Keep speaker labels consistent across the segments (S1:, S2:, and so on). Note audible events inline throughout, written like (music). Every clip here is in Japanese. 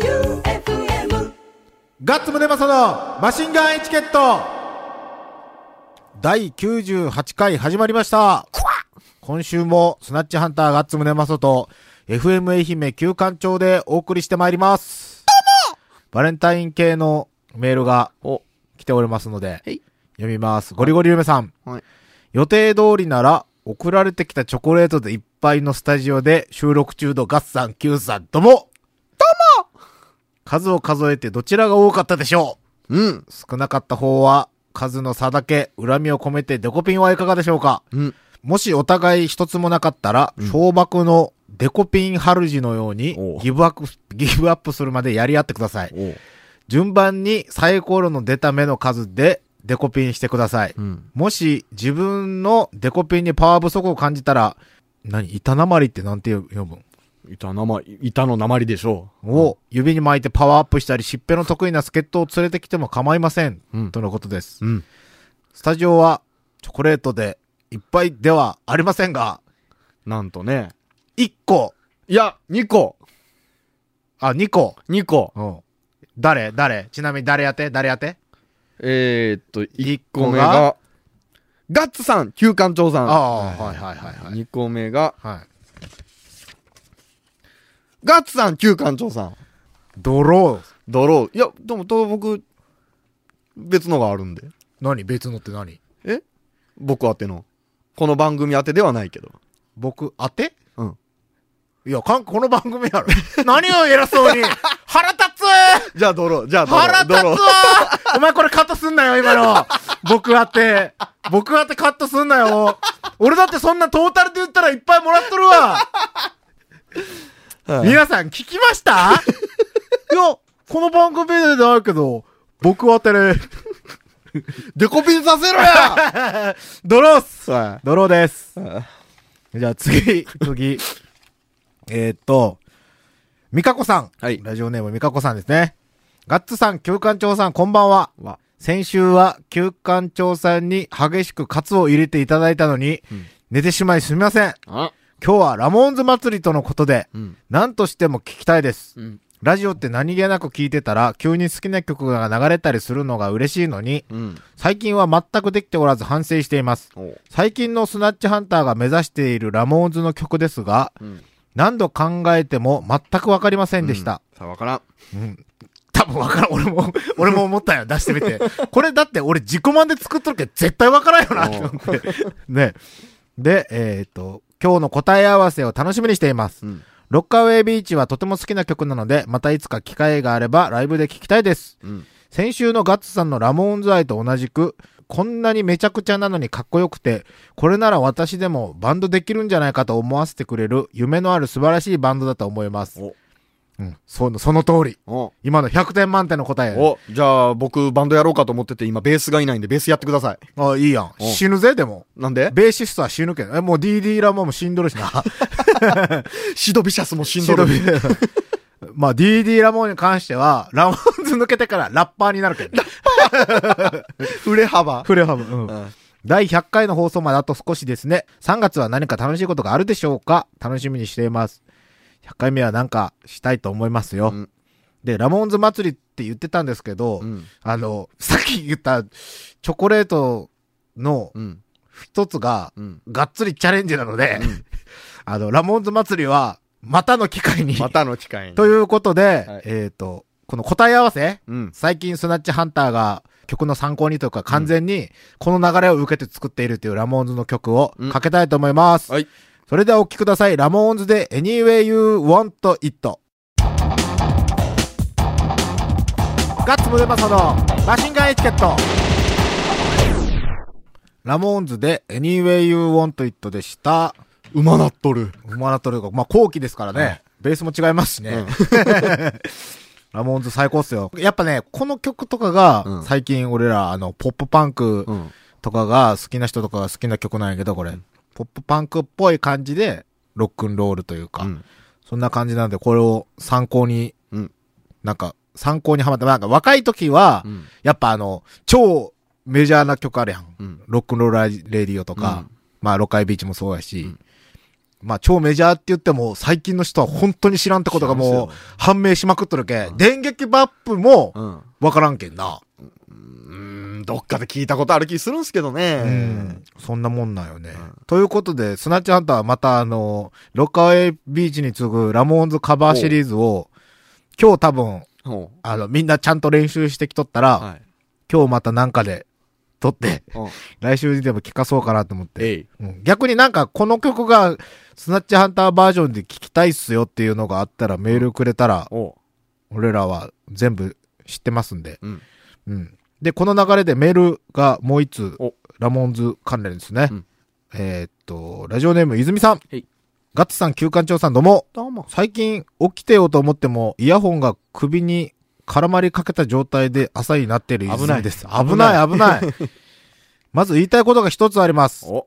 S1: J-O-E-U-F-M
S2: ガッツムネマソのマシンガンエチケット第98回始まりました今週もスナッチハンターガッツムネマソと FM 愛媛旧館長でお送りしてまいりますバレンタイン系のメールが
S3: お、
S2: 来ておりますので
S3: はい
S2: 読みますゴリゴリ梅さん
S3: はい。
S2: 予定通りなら送られてきたチョコレートでいっぱいのスタジオで収録中のガッサン、キューさんともどうも数を数えてどちらが多かったでしょ
S3: うん。
S2: う少なかった方は数の差だけ恨みを込めてデコピンはいかがでしょうか
S3: うん。
S2: もしお互い一つもなかったら、小爆のデコピンハルジのように
S3: おう
S2: ギブアップ、ギブアップするまでやり合ってください。
S3: お
S2: 順番にサイコロの出た目の数でデコピンしてください。
S3: うん。
S2: もし自分のデコピンにパワー不足を感じたら、何板なまりってなんて読むん
S3: 板なま、板の鉛でしょ
S2: を指に巻いてパワーアップしたり、しっぺの得意な助っ人を連れてきても構いません。
S3: うん
S2: とのことです。
S3: う。うん。
S2: スタジオはチョコレートでいっぱいではありませんが、
S3: なんとね。
S2: 1個、
S3: いや、2個
S2: あ、2個。
S3: !2 個
S2: うん。誰誰ちなみに誰当て誰当て
S3: えー、っと、1個
S2: 一個
S3: 目
S2: が
S3: が、ガッツさん旧館長さん
S2: ああ、はいはいはいはい。
S3: 2個目が、
S2: はい。
S3: ガッツさん旧館長さん
S2: ドロー。
S3: だろう。いや、でも、と僕、別のがあるんで。
S2: 何別のって何
S3: え僕宛ての。この番組宛てではないけど。
S2: 僕当て
S3: うん。
S2: いや、かん、この番組やろ。何を偉そうに腹立つ
S3: じゃあ、ドロー。じゃあ、ドロー。
S2: 腹立つ
S3: ドロ
S2: わ
S3: ー
S2: (laughs) お前これカットすんなよ、今の。僕あって。僕あってカットすんなよ。俺だってそんなトータルで言ったらいっぱいもらっとるわ。
S3: はい
S2: 皆さん聞きました (laughs) いや、この番組でじゃないけど、僕あてね。
S3: デコピンさせろや
S2: (laughs) ドローっす
S3: は
S2: ドローです。
S3: い。
S2: じゃあ次、次。えーっと、ミカコさん。
S3: はい
S2: ラジオネームミカコさんですね。ガッツさん、旧館長さん、こんばんは。
S3: わ。
S2: 先週は旧館長さんに激しくカツを入れていただいたのに、
S3: うん
S2: 寝てしまいすみません。
S3: あ
S2: 今日はラモーンズ祭りとのことで、
S3: うん。
S2: 何としても聞きたいです。
S3: うん。
S2: ラジオって何気なく聞いてたら、急に好きな曲が流れたりするのが嬉しいのに、
S3: うん。
S2: 最近は全くできておらず反省しています。
S3: おう。
S2: 最近のスナッチハンターが目指しているラモーンズの曲ですが、
S3: うん。
S2: 何度考えても全くわかりませんでした。
S3: さあ、わからん。
S2: 多分わからん。俺も、俺も思ったよ。出してみて。これだって俺自己満で作っとるけど絶対わからんよなって思って。 (laughs) ね。で、えーっと、今日の答え合わせを楽しみにしています。
S3: うん。
S2: ロッカーウェイビーチはとても好きな曲なので、またいつか機会があればライブで聴きたいです。
S3: うん。
S2: 先週のガッツさんのラモーンズ愛と同じく、こんなにめちゃくちゃなのにかっこよくて、これなら私でもバンドできるんじゃないかと思わせてくれる夢のある素晴らしいバンドだと思います。
S3: お
S2: うん、その、その通り。
S3: お
S2: 今の100点満点の答え。
S3: お、じゃあ、僕、バンドやろうかと思ってて、今、ベースがいないんで、ベースやってください。
S2: あ、いいやん。
S3: お
S2: 死ぬぜ、でも。
S3: なんで
S2: ベーシストは死ぬけど。え、もう DD ラモンも死んどるし
S3: (laughs)
S2: な。
S3: シドビシャスも死ん
S2: 死
S3: ど
S2: んど
S3: る
S2: る。まあ DD ラモンに関しては、ラモンズ抜けてからラッパーになるけど。
S3: 触れ幅。
S2: フレハム。うん
S3: うん。
S2: 第100回の放送まであと少しですね。3月は何か楽しいことがあるでしょうか楽しみにしています。100回目は何かしたいと思いますよ。
S3: うん
S2: で、ラモンズ祭りって言ってたんですけど、
S3: うん。
S2: あの、さっき言ったチョコレートの
S3: うん。
S2: 一つが、
S3: うん。
S2: がっつりチャレンジなので、 (laughs) あの、ラモンズ祭りは、またの機会に、
S3: またの機会に。
S2: ということで、
S3: はい
S2: えっ、と、この答え合わせ、
S3: うん。
S2: 最近スナッチハンターが曲の参考にというか完全にこの流れを受けて作っているというラモーンズの曲を
S3: うん
S2: かけたいと思います。
S3: はい
S2: それではお聴きください。ラモーンズで Anyway You Want It。ガッツムネマソのマシンガンエチケット。ラモーンズで Anyway You Want It でした。
S3: 馬なっとる。
S2: 馬だというか、まあ、後期ですからね、
S3: はい
S2: ベースも違いますしね。
S3: うん
S2: ラモーンズ最高っすよ。やっぱね、この曲とかが、
S3: うん
S2: 最近俺ら、あの、ポップパンク
S3: うん。
S2: とかが好きな人とかが好きな曲なんやけど、これ、ポップパンクっぽい感じで、ロックンロールというか、
S3: うん。
S2: そんな感じなんで、これを参考に、
S3: うん
S2: なんか、参考にハマった。なんか、若い時は、
S3: うん。
S2: やっぱあの、超メジャーな曲あるやん。
S3: うん。
S2: ロックンローラーレディオとか、
S3: うん
S2: まあ、ロカイビーチもそうやし、
S3: うん
S2: まあ超メジャーって言っても最近の人は本当に知らんってことが
S3: 知らん
S2: もう
S3: っすよ
S2: 判明しまくっとるけ、電撃バップも
S3: うん。
S2: わからんけんな。
S3: うん、どっかで聞いたことある気するんすけどね。
S2: うんそんなもんなんよね。ということで、スナッチハンターはまたあの、ロッカーウェイビーチに次ぐラモーンズカバーシリーズを、今日多分、
S3: ほ
S2: あの、みんなちゃんと練習してきとったら、
S3: うはい。
S2: 今日またなんかで撮って、
S3: うん
S2: 来週にでも聴かそうかなと思って。
S3: えい。
S2: うん逆になんかこの曲がスナッチハンターバージョンで聴きたいっすよっていうのがあったらメールくれたら、
S3: おう。
S2: 俺らは全部知ってますんで。
S3: うん。
S2: うん。で、この流れでメールがもう一通
S3: お、
S2: ラモンズ関連ですね。
S3: うん
S2: えーっと、ラジオネーム、泉さん
S3: はい。
S2: ガッツさん、旧館長さん、どうも。
S3: どうも。
S2: 最近、起きてようと思っても、イヤホンが首に絡まりかけた状態で朝になっている
S3: 危ない
S2: 泉です。危ない、危ない。
S3: (laughs)
S2: まず言いたいことが一つあります。
S3: お。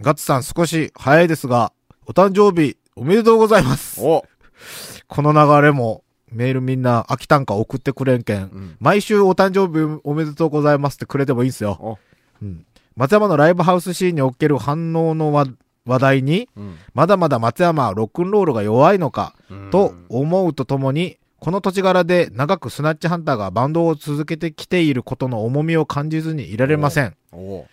S2: ガッツさん、少し早いですが、お誕生日、おめでとうございます。
S3: お。
S2: この流れも、メールみんな、秋短歌送ってくれんけん、
S3: うん。
S2: 毎週お誕生日おめでとうございますってくれてもいいんすよ。
S3: お。
S2: うん。松山のライブハウスシーンにおける反応の話話題に、
S3: うん。
S2: まだまだ松山はロックンロールが弱いのか、と思うとともに、この土地柄で長くスナッチハンターがバンドを続けてきていることの重みを感じずにいられません。
S3: お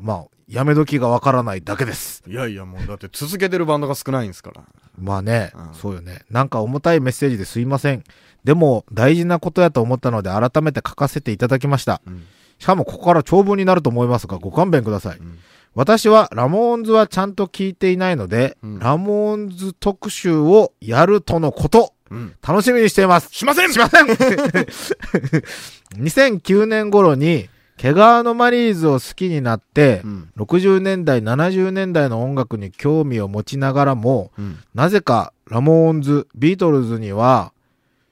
S2: まあ、やめ時がわからないだけです。
S3: いやいや、もうだって続けてるバンドが少ないんですから。
S2: まあね、
S3: うん
S2: そうよね。なんか重たいメッセージですいません。でも、大事なことやと思ったので改めて書かせていただきました。
S3: うん。
S2: しかもここから長文になると思いますが、ご勘弁ください。
S3: うん
S2: 私はラモーンズはちゃんと聞いていないので、
S3: うん
S2: ラモーンズ特集をやるとのこと、
S3: うん。
S2: 楽しみにしています。
S3: しません
S2: しません2009年頃に、毛皮のマリーズを好きになって、
S3: うん。
S2: 60年代、70年代の音楽に興味を持ちながらも、
S3: うん。
S2: なぜかラモーンズ、ビートルズには、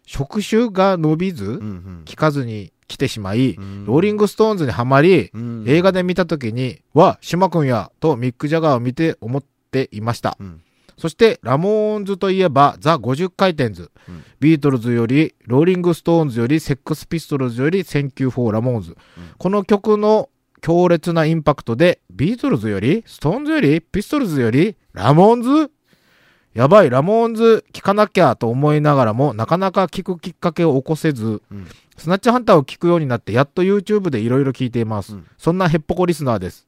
S2: 触手が伸びず、
S3: うん。
S2: 聞かずに来てしまい、
S3: うん
S2: ローリングストーンズにはまり、
S3: うん
S2: 映画で見た時に、わ、島くんや、とミック・ジャガーを見て思っていました。
S3: うん
S2: そして、ラモーンズといえば、ザ・50回転ズ、
S3: うん
S2: ビートルズより、ローリング・ストーンズより、セックス・ピストルズより、センキュー・フォー・ラモーンズ。この曲の強烈なインパクトで、ビートルズより、ストーンズより、ピストルズより、ラモーンズやばい、ラモーンズ聴かなきゃと思いながらも、なかなか聴くきっかけを起こせず、
S3: うん
S2: スナッチハンターを聞くようになって、やっと YouTube でいろいろ聞いています。
S3: うん
S2: そんなヘッポコリスナーです。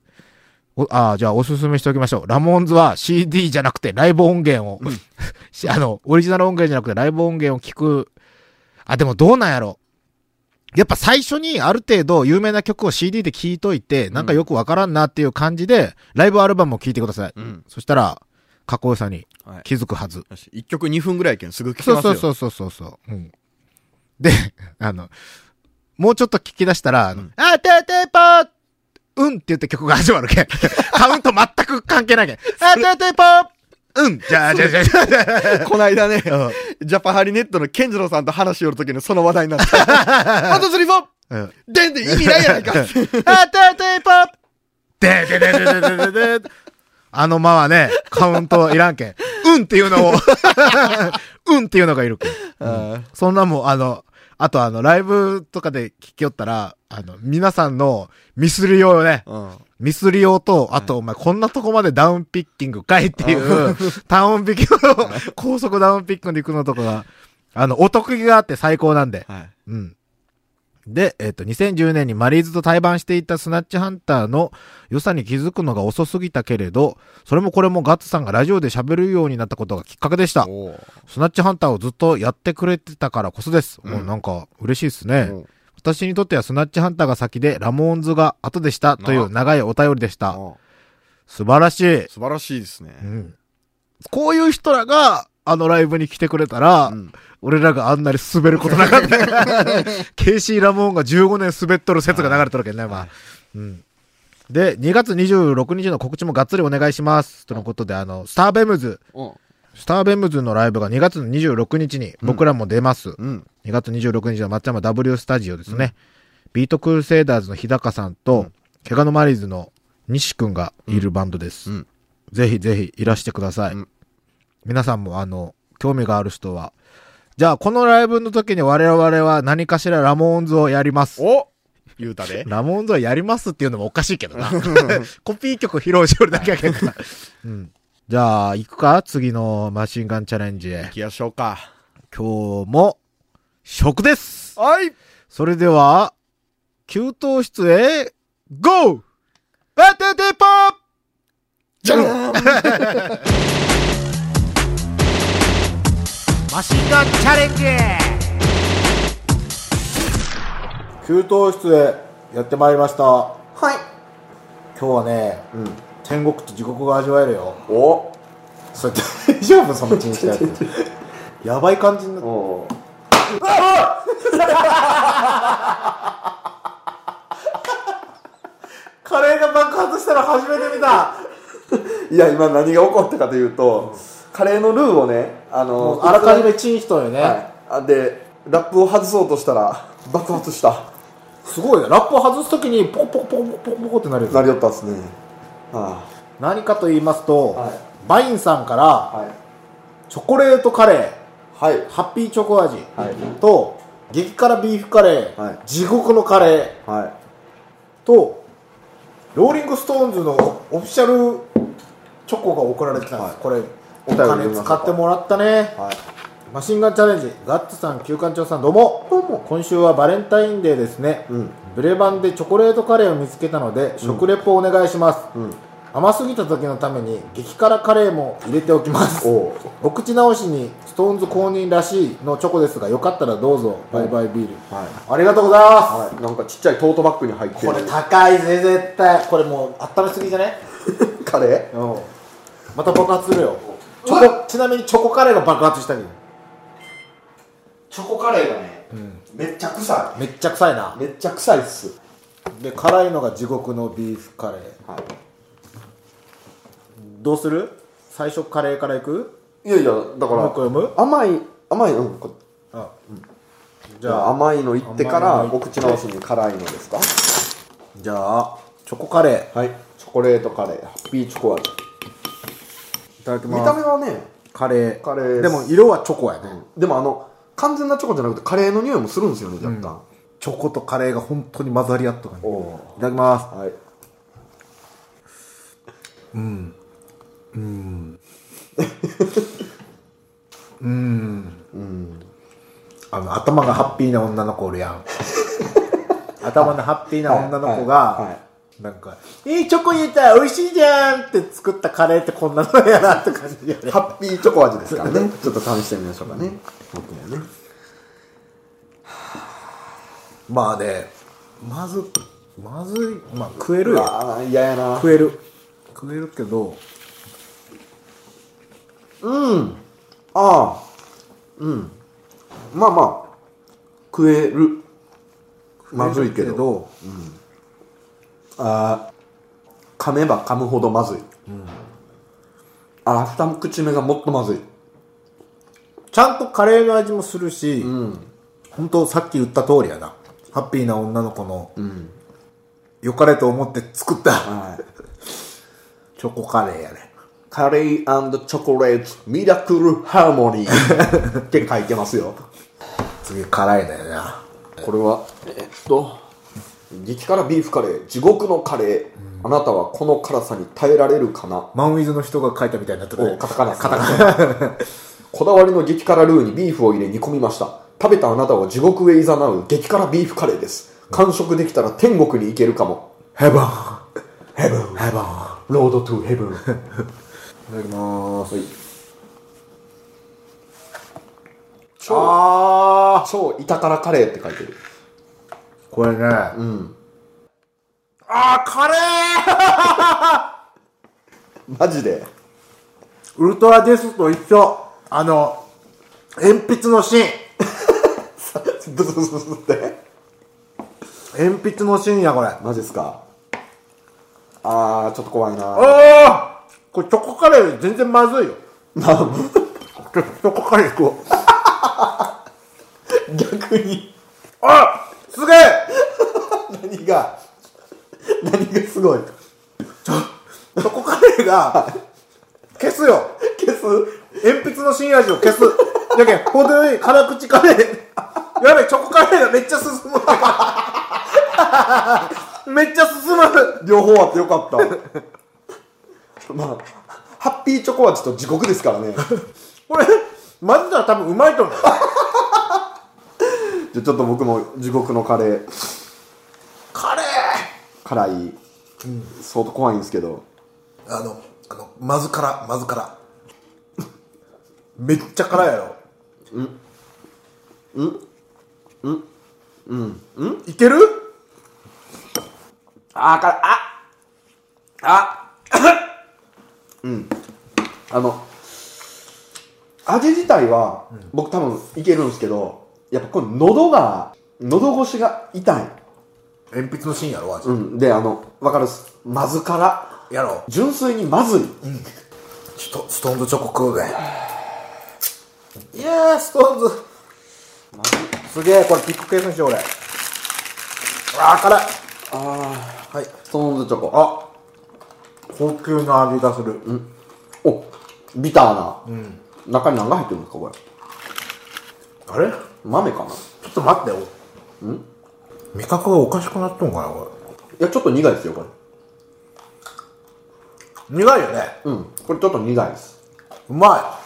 S2: おあーじゃあおすすめしておきましょう。ラモーンズは CD じゃなくてライブ音源を、 (laughs) しあの、オリジナル音源じゃなくてライブ音源を聞く。あ、でもどうなんやろ。やっぱ最初にある程度有名な曲を CD で聴いといて、なんかよくわからんなっていう感じで、ライブアルバムを聴いてください。
S3: うん。
S2: そしたら、かっこよさに
S3: はい。
S2: 気づくはず。
S3: よし一曲二分ぐらいやけんすぐ聞き
S2: そう
S3: ます
S2: そ
S3: よ。
S2: うそうそうそうそう。うん。で、 (laughs) あの、もうちょっと聞き出したら、あの
S3: うん
S2: あ、てーてーぽーうんって言って曲が始まるけ (laughs) ん。カウント全く関係ないけん。あ、てーてーぽーうんじゃあ、じゃあ、じゃあ、じゃあじゃ
S3: こないだね、
S2: あ
S3: ジャパハリネットの健次郎さんと話しよるときにその話題になった。あとスリフォー
S2: うんうん
S3: でんで意味ないやないか
S2: あ、てーてーぽーでででででででであの間はね、カウントいらんけん。うんっていう (laughs) のを、うんっていうのがいるけん。
S3: あ
S2: そんなもん、あの、あとあの、ライブとかで聞きよったら、あの、皆さんのミスりようね。
S3: ー
S2: ミスりようと、あと、お前、こんなとこまでダウンピッキングかいっていう、単音引きの高速ダウンピッキングで行くのとかが、あの、お得意があって最高なんで。
S3: はい。
S2: うん。で、えっ、と、2010年にマリーズと対バンしていたスナッチハンターの良さに気づくのが遅すぎたけれど、それもこれもガッツさんがラジオで喋るようになったことがきっかけでした。
S3: おー
S2: スナッチハンターをずっとやってくれてたからこそです。
S3: うん
S2: もうなんか嬉しいですね。
S3: うん
S2: 私にとってはスナッチハンターが先でラモーンズが後でしたという長いお便りでした。
S3: おー
S2: 素晴らしい。
S3: 素晴らしいですね。
S2: うん。こういう人らがあのライブに来てくれたら、
S3: うん
S2: 俺らがあんなに滑ることなかった。
S3: (laughs)
S2: ケイシー・ラモーンが15年滑っとる説が流れとるけんね、まあ。うん。で、2月26日の告知もがっつりお願いします。とのことで、あの、スターベムズ、
S3: お
S2: スターベムズのライブが2月の26日に僕らも出ます。
S3: うん。
S2: 2月26日の松山 W スタジオですね。ビートクルセイダーズの日高さんと、怪我のマリーズの西くんがいるバンドです。
S3: うん
S2: ぜひぜひいらしてください。
S3: うん
S2: 皆さんもあの、興味がある人は、じゃあこのライブの時に我々は何かしらラモーンズをやります。
S3: お言うたで。
S2: (laughs) ラモーンズをやりますっていうのもおかしいけどな。コピー曲披露しよるだけやけどな。うん。じゃあ、行くか次のマシンガンチャレンジへ
S3: 行。きましょうか。
S2: 今日も、食です
S3: はい
S2: それでは、給湯室へ、ゴーバテテポー
S3: じゃん
S2: マシンガンチャレンジ給湯室へやってまいりました今
S4: はい。
S2: 日はね、天国と地獄が味わえるよ
S4: お
S2: それ大丈夫そのチンしたや
S4: (laughs)
S2: つやばい感じになって
S4: お
S2: (laughs) カレーが爆発したの初めて見た
S4: いや、今何が起こったかというと、カレーのルーをね、あの、
S2: あらかじめチンしたよね、
S4: はいあ。で、ラップを外そうとしたら、爆発した。
S2: すごいねラップを外すときにポコポコポコポコポコってなるよ
S4: なりよったですね。は
S2: 何かと言いますと、
S4: はい
S2: バインさんか
S4: い。
S2: ら
S4: はい。
S2: チョコレートカレー
S4: はい。
S2: ハッピーチョコ味
S4: はい
S2: と、激辛ビーフカレー、
S4: はい
S2: 地獄のカレー
S4: は
S2: とローリングストーンズのオフィシャルチョコが送られてたんです、
S4: はい
S2: これ
S4: お
S2: お
S4: 便り
S2: 金使ってもらったね
S4: い。はい。
S2: マシンガンチャレンジガッツさん旧館長さんどうも
S4: どうも
S2: 今週はバレンタインデーですね、
S4: うん
S2: ブレバンでチョコレートカレーを見つけたので食レポお願いします、
S4: うん
S2: 甘すぎた時のために激辛カレーも入れておきます
S4: おう
S2: お口直しにストーンズ公認らしいのチョコですがよかったらどうぞバイバイビール、
S4: はい。
S2: ありがとうございます、
S4: はい。なんかちっちゃいトートバッグに入って
S2: これ
S4: る。
S2: 高いぜ絶対これもう温めすぎじゃね
S4: カレー
S2: うんまた爆発するよチョコちなみにチョコカレーが爆発したり
S4: チョコカレーがね、めっちゃ臭。
S2: めっちゃ臭いない
S4: めっちゃ臭いっす。
S2: で辛いのが地獄のビーフカレー
S4: は
S2: どうする最初カレーからいく
S4: い。いやいや、だか
S2: もう一
S4: ら
S2: 個、読む
S4: 甘い、甘い、うん、こ
S2: あじ
S4: じゃ
S2: ゃ
S4: あ
S2: あ
S4: 甘いのいってか
S2: 甘
S4: ら
S2: いの行
S4: お
S2: って
S4: 口直しに辛いのですか
S2: じゃあチョコカレーい
S4: はいチョコレートカレーハッピーチョコ味
S2: ただき
S4: 見た
S2: ま
S4: 目
S2: す
S4: はね
S2: カレー
S4: カレー
S2: でも色はチョコやね、
S4: でもあの完全なチョコじゃなくてカレーの匂いもするんですよね若干、
S2: チョコとカレーが本当に混ざり合った感じい
S4: おー
S2: ただきます
S4: はい
S2: あの頭がハッピーな女の子おるや (laughs) ん頭のハッピーな女の子が、
S4: はいはいはい
S2: なんか「えー、チョコ入れたら美味しいじゃん!」って作ったカレーってこんなのやなって感じよね
S4: ハッピーチョコ味ですから (laughs) ねちょっと試してみましょうかね僕もね
S2: まあねまずまずいまあ食えるよ
S4: ああ嫌やな
S2: 食える食えるけど
S4: ああうんまあまあ食えるまずいけ
S2: 食える
S4: どあー噛めば噛むほどまずい、ああ二口目がもっとまずい
S2: ちゃんとカレーの味もするし、本当さっき言った通りやなハッピーな女の子の、良かれと思って作った
S4: はい
S2: チョコカレーやね
S4: カレーチョコレートミラクルハーモニ (laughs) ーって書いてますよ
S2: 次辛いだよな
S4: これはえっと激辛ビーフカレー地獄のカレー、あなたはこの辛さに耐えられるかな
S2: マンウィズの人が書いたみたいになってる
S4: おカタカナ、カタカナ (laughs) こだわりの激辛ルーにビーフを入れ煮込みました食べたあなたを地獄へ誘う激辛ビーフカレーです完食できたら天国に行けるかも
S2: ヘブンい
S4: ヘブンヘブンロードトゥヘブ
S2: (laughs)
S4: ン
S2: ただきます
S4: 超
S2: あ
S4: 超板辛カレーって書いてる
S2: ーこれね、
S4: ん
S2: あーカレー
S4: マジで
S2: ウルトラデスと一緒あの鉛筆の芯
S4: ブスブスブスって
S2: 鉛筆の芯やこれ
S4: マジっすかあーちょっと怖いな
S2: ああこれチョコカレー全然まずいよ。ちょっとチョコカレー食おう。
S4: 逆に
S2: あすげえ
S4: 何が何がすごい (laughs)
S2: チョコカレーが、消すよ。
S4: 消す
S2: 鉛筆の新味を消す。だけど、程よい辛口カレー。やべえ、チョコカレーがめっちゃ進む。めっちゃ進む。
S4: 両方あってよかったまあハッッピーチョコ味と地獄ですからね
S5: これ、混ぜたら多分うまいと思う。
S4: じゃあちょっと僕も地獄のカレー
S2: カレー
S4: 辛い、相当怖いんですけど
S2: あの、あの、まずから、まずから。めっちゃ辛いやろ。うん。うん。うん。うん。いける
S4: あー辛いああうんあの味自体は僕多分いけるんですけどやっぱこの喉が喉越しが痛い、
S2: 鉛筆の芯やろ、味。
S4: うん、であのわかるっすまずから
S2: やろ。
S4: 純粋にまずい、
S2: ストストーンズチョコ食うぜ。いやー、ストーンズ。すげえ、これピック計算しよう、俺。あー、辛い。あー。はい。
S4: ストーンズチョコ
S2: あ、高級な味がする。
S4: おビターな、中に何が入ってるんですかこれ
S2: あれちょ
S4: 豆か
S2: っ
S4: ない
S2: と待ってよ。ん味覚がおかしくなっとんかな、こ
S4: やちょっと苦いですよこれ
S2: れ。苦いよね。
S4: うんこれちょっと苦いです
S2: うま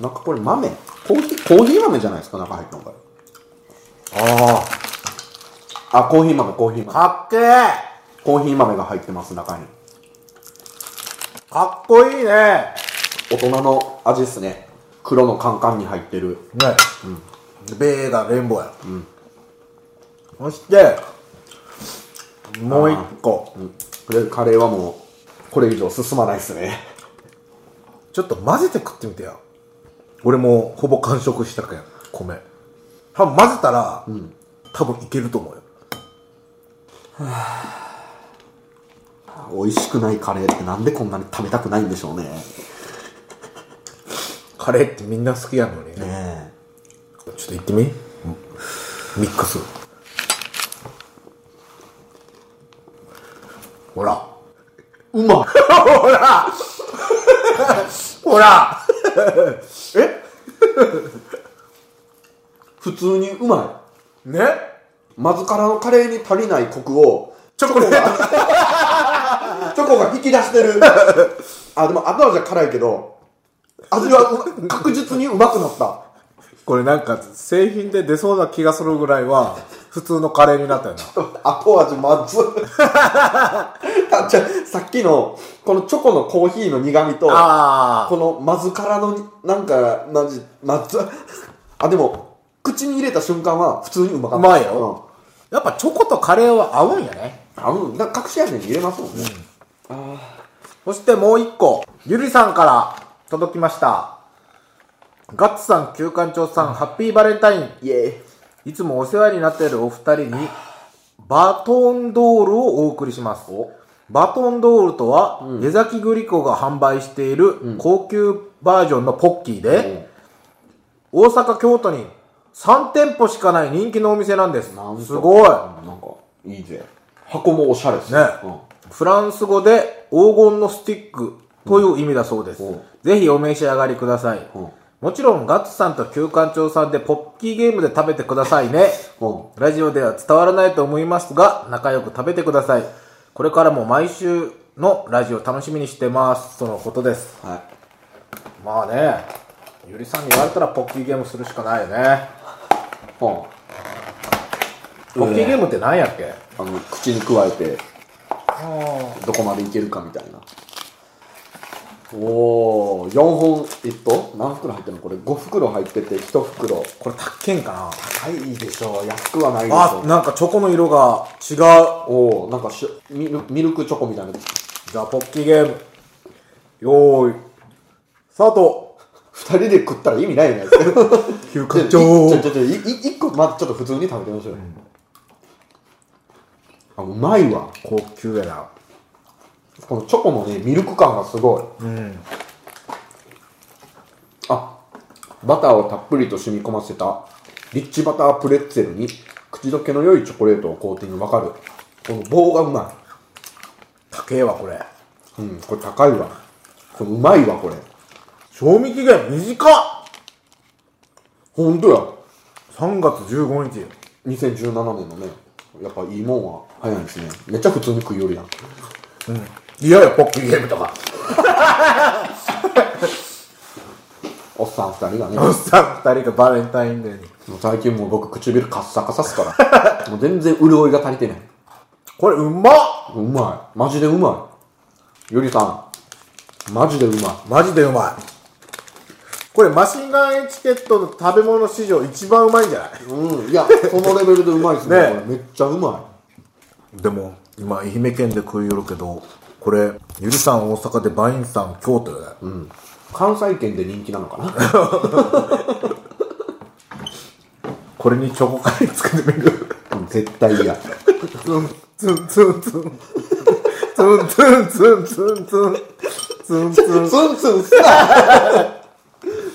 S4: なんかこれ豆コーヒーコーヒー豆じゃないですか中入ってるのこれ
S2: い。あ
S4: あコーヒー豆コーヒー
S2: ー。
S4: 豆
S2: かっけー。
S4: コーヒー豆が入ってます中に
S2: かっこいいね。
S4: 大人の味ですね黒のカンカンに入ってる
S2: ね、ベーがレインボーや、そしてもう一個、
S4: これカレーはもうこれ以上進まないですね
S2: ちょっと混ぜて食ってみてよ俺もうほぼ完食したけん米多分混ぜたら、多分いけると思うよ
S4: 美味しくないカレーってなんでこんなに食べたくないんでしょうね
S2: カレーってみんな好きやのにね
S4: ね
S2: ちょっといってみ、ミックスほら
S4: えうまっ
S2: ほらほら
S4: 普通にうま
S2: ね
S4: いまずからのカレーに足りないコクを
S2: チョコレート
S4: チョコが引き出してる (laughs) あでも後味は辛いけど味はうま確実にうまくなった
S2: これなんか製品で出そうな気がするぐらいは普通のカレーになったよな
S4: 後味まずい (laughs) あじゃあさっきのこのチョコのコーヒーの苦味と
S2: あ
S4: このまずからのになんかまじまずあでも口に入れた瞬間は普通にうまかった
S2: うまいよ、やっぱチョコとカレーは合うんやね
S4: うん、あうんだから隠し味に入れますもんね、
S2: そしてもう一個ゆりさんから届きましたガッツさん旧館長さんハッピーバレンタイン
S4: イエーイ
S2: いつもお世話になっているお二人に、バトンドールをお送りします。バトンドールとは、江崎グリコが販売している高級バージョンのポッキーで、大阪、京都に3店舗しかない人気のお店なんです。
S4: なんと
S2: すごい。
S4: うんなんかいいぜ箱もおしゃれです
S2: ね、フランス語で黄金のスティックという意味だそうです、
S4: うん
S2: ぜひお召し上がりください、
S4: うん
S2: もちろんガッツさんと旧館長さんでポッキーゲームで食べてくださいね、
S4: う
S2: ラジオでは伝わらないと思いますが仲良く食べてくださいこれからも毎週のラジオ楽しみにしてますとのことです
S4: うんはい
S2: まあねゆりさんに言われたらポッキーゲームするしかないよね
S4: う
S2: ポッキーゲームって何やっけ、
S4: んあの口に加えてどこまでいけるかみたいなおお4本えっと何袋入ってるのこれ5袋入ってて1袋
S2: これたっけんかな
S4: 高いでしょう安くはないでし
S2: あ
S4: ょう
S2: なんかチョコの色が違う
S4: おおなんかしミルミルクチョコみたいな2
S2: じゃあ、ポッキーゲーム。よーい。スタート。
S4: 人で食ったら意味ないよね (laughs) ちょ
S2: 休
S4: ちょ
S2: 館
S4: ち
S2: 長。
S4: ょちょちょいい一個まずちょっと普通に食べてみましょうよ、あうまいわ
S2: 高級やな。
S4: このチョコのねミルク感がすごい、あバターをたっぷりと染み込ませたリッチバタープレッツェルに口どけの良いチョコレートをコーティングわかるこの棒がうま
S2: 高えわ、これ。
S4: いうんこれ高いわこれうまいわこれ
S2: 賞味期限短っ
S4: ほんとや
S2: !3 月15日。
S4: 2017年のねやっぱいいもんは早いですねめっちゃ普通に食いよるやん
S2: いやよ、ポッキーゲームとか。
S4: おっさん二人がね
S6: おっさん二人がバレンタインデーに。
S4: もう最近もう僕唇カッサカサっすから (laughs) もう全然潤いが足りてないう
S6: これうまっ
S4: うまいマジでうまいゆりさんマジでうま
S6: マジでうまい。これマシンガンエチケットの食べ物史上一番うまいんじゃない
S4: いうんいやそのレベルでうまいですね
S6: ね
S4: これめっちゃうま
S6: でも、今、愛媛県で食いよるけど、これ、ゆりさん大阪でバインさん京都よね。
S4: い関西圏で人気なのかな (laughs)
S6: これにチョコカレー作ってみる。
S4: うん絶対嫌
S6: ツンツンツン。ツンツンツンツンツン。ツンツン。
S4: ツンツンすな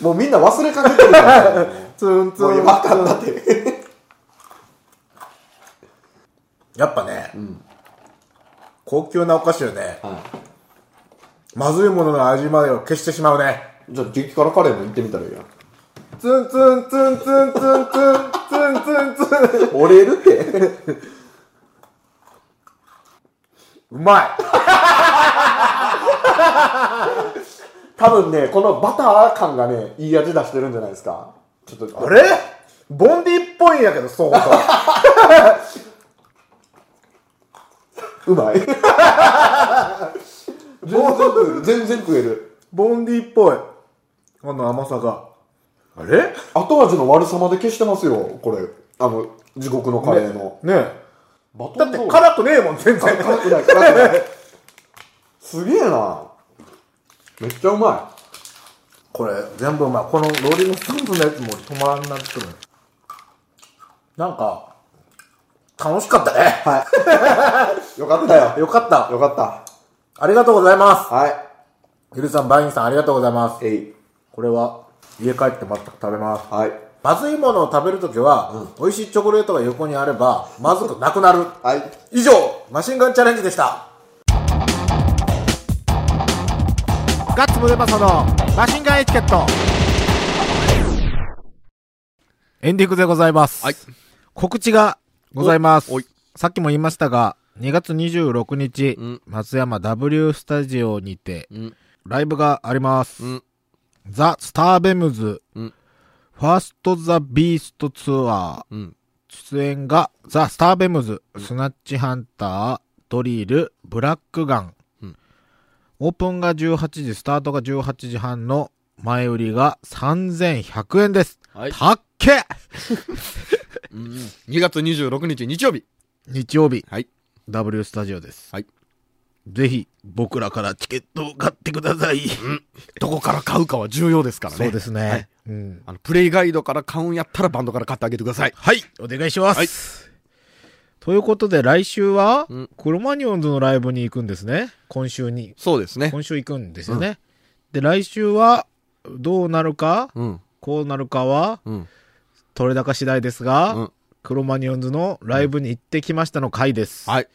S4: もうみんな忘れかけてる (laughs) から
S6: ツンツ
S4: もう
S6: ン。
S4: 分かったって
S6: やっぱね、高級なお菓子よね、まずいものの味までを消してしまうね。
S4: じゃあ激辛カレーも行ってみたらいいやん
S6: ツンツンツンツンツンツンツンツンツン。
S4: 折れるって
S6: うまい
S4: 多分ねこのバター感がねいい味出してるんじゃないですかちょっと
S6: あれボンディっぽいんやけど、そうそう。
S4: うま
S3: (laughs)
S4: い全然食える全然食える
S6: ボンディっぽい。あの甘さが。あれ
S4: 後味の悪さまで消してますよこれあの地獄のカレーの、
S6: ねえ。
S4: バト
S6: だって辛くねえもん、全然。
S4: 辛くない辛くないすげえなめっちゃうま
S6: これ、全部うまい。このローリングスタンプのやつも止まらんなってくる。なんか、楽しかったね。
S4: いよかったよ
S6: よかった。
S4: よかっ
S6: ありがとうございます。
S4: たはい
S6: ゆるさん、バインさん、ありがとうございます。
S4: えい
S6: これは、家帰って全く食べます。
S4: はい
S6: まずいものを食べるときは、美味しいチョコレートが横にあれば、まずくなくなる。
S4: はい
S6: 以上、マシンガンチャレンジでした。
S2: ガッツムデパソのマシンガンエチケットエンディングでございます。
S3: はい
S2: 告知がございます
S3: おおい。
S2: さっきも言いましたが、2月26日、
S3: うん
S2: 松山 W スタジオにて、
S3: うん
S2: ライブがあります。
S3: うん
S2: ザ・スターベムズ、
S3: うん
S2: ファースト・ザ・ビースト・ツア
S3: う
S2: ー、
S3: ん
S2: 出演が、ザ・スターベムズ、スナッチハンター、ドリル、ブラックガン。
S3: うん
S2: オープンが18時、スタートが18時半の前売りが3100円です。
S3: はい
S2: たっけ
S3: うんうん2月26日日曜日
S2: 日曜日、
S3: はい
S2: W スタジオです。
S3: はい
S2: ぜひ、僕らからチケットを買ってください。
S3: どこから買うかは重要ですからね
S2: そうですね。
S3: はい
S2: うん。
S3: あのプレイガイドから買うんやったらバンドから買ってあげてください
S2: はい、お願いします。ということで、来週は
S3: うん、
S2: クロマニオンズのライブに行くんですね。今週に。
S3: そうですね
S2: 今週行くんですよね。で、来週は、どうなるか、
S3: うん
S2: こうなるかは、
S3: うん
S2: 取れ高次第ですが、
S3: うん
S2: クロマニオンズのライブに行ってきましたの回です。
S3: はい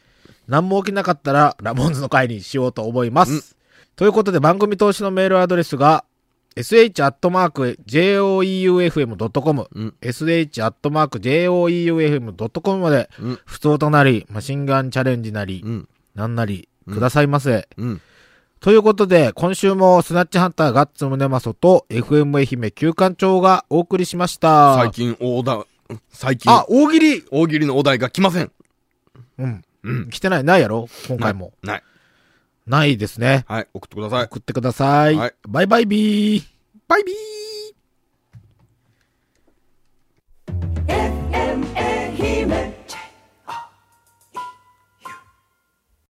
S2: 何も起きなかったら、ラモンズの回にしようと思います。ということで、番組投資のメールアドレスが、sh.joeufm.com、
S3: うん
S2: sh.joeufm.com まで、
S3: うん
S2: 不当となり、マシンガンチャレンジなり、
S3: うん
S2: なんなり、くださいませ。
S3: うん
S2: ということで、今週もスナッチハンターガッツムネマソと FM 愛媛旧館長がお送りしました。
S3: 最近オーダー最近
S2: あ、大喜利
S3: 大喜利のお題が来ません
S2: う
S3: う
S2: ん。
S3: ん
S2: 来てない、ないやろ今回も。
S3: ない
S2: ないですね。
S3: はい送ってください
S2: 送ってください。
S3: はい
S2: バイバイビー。
S3: バイビー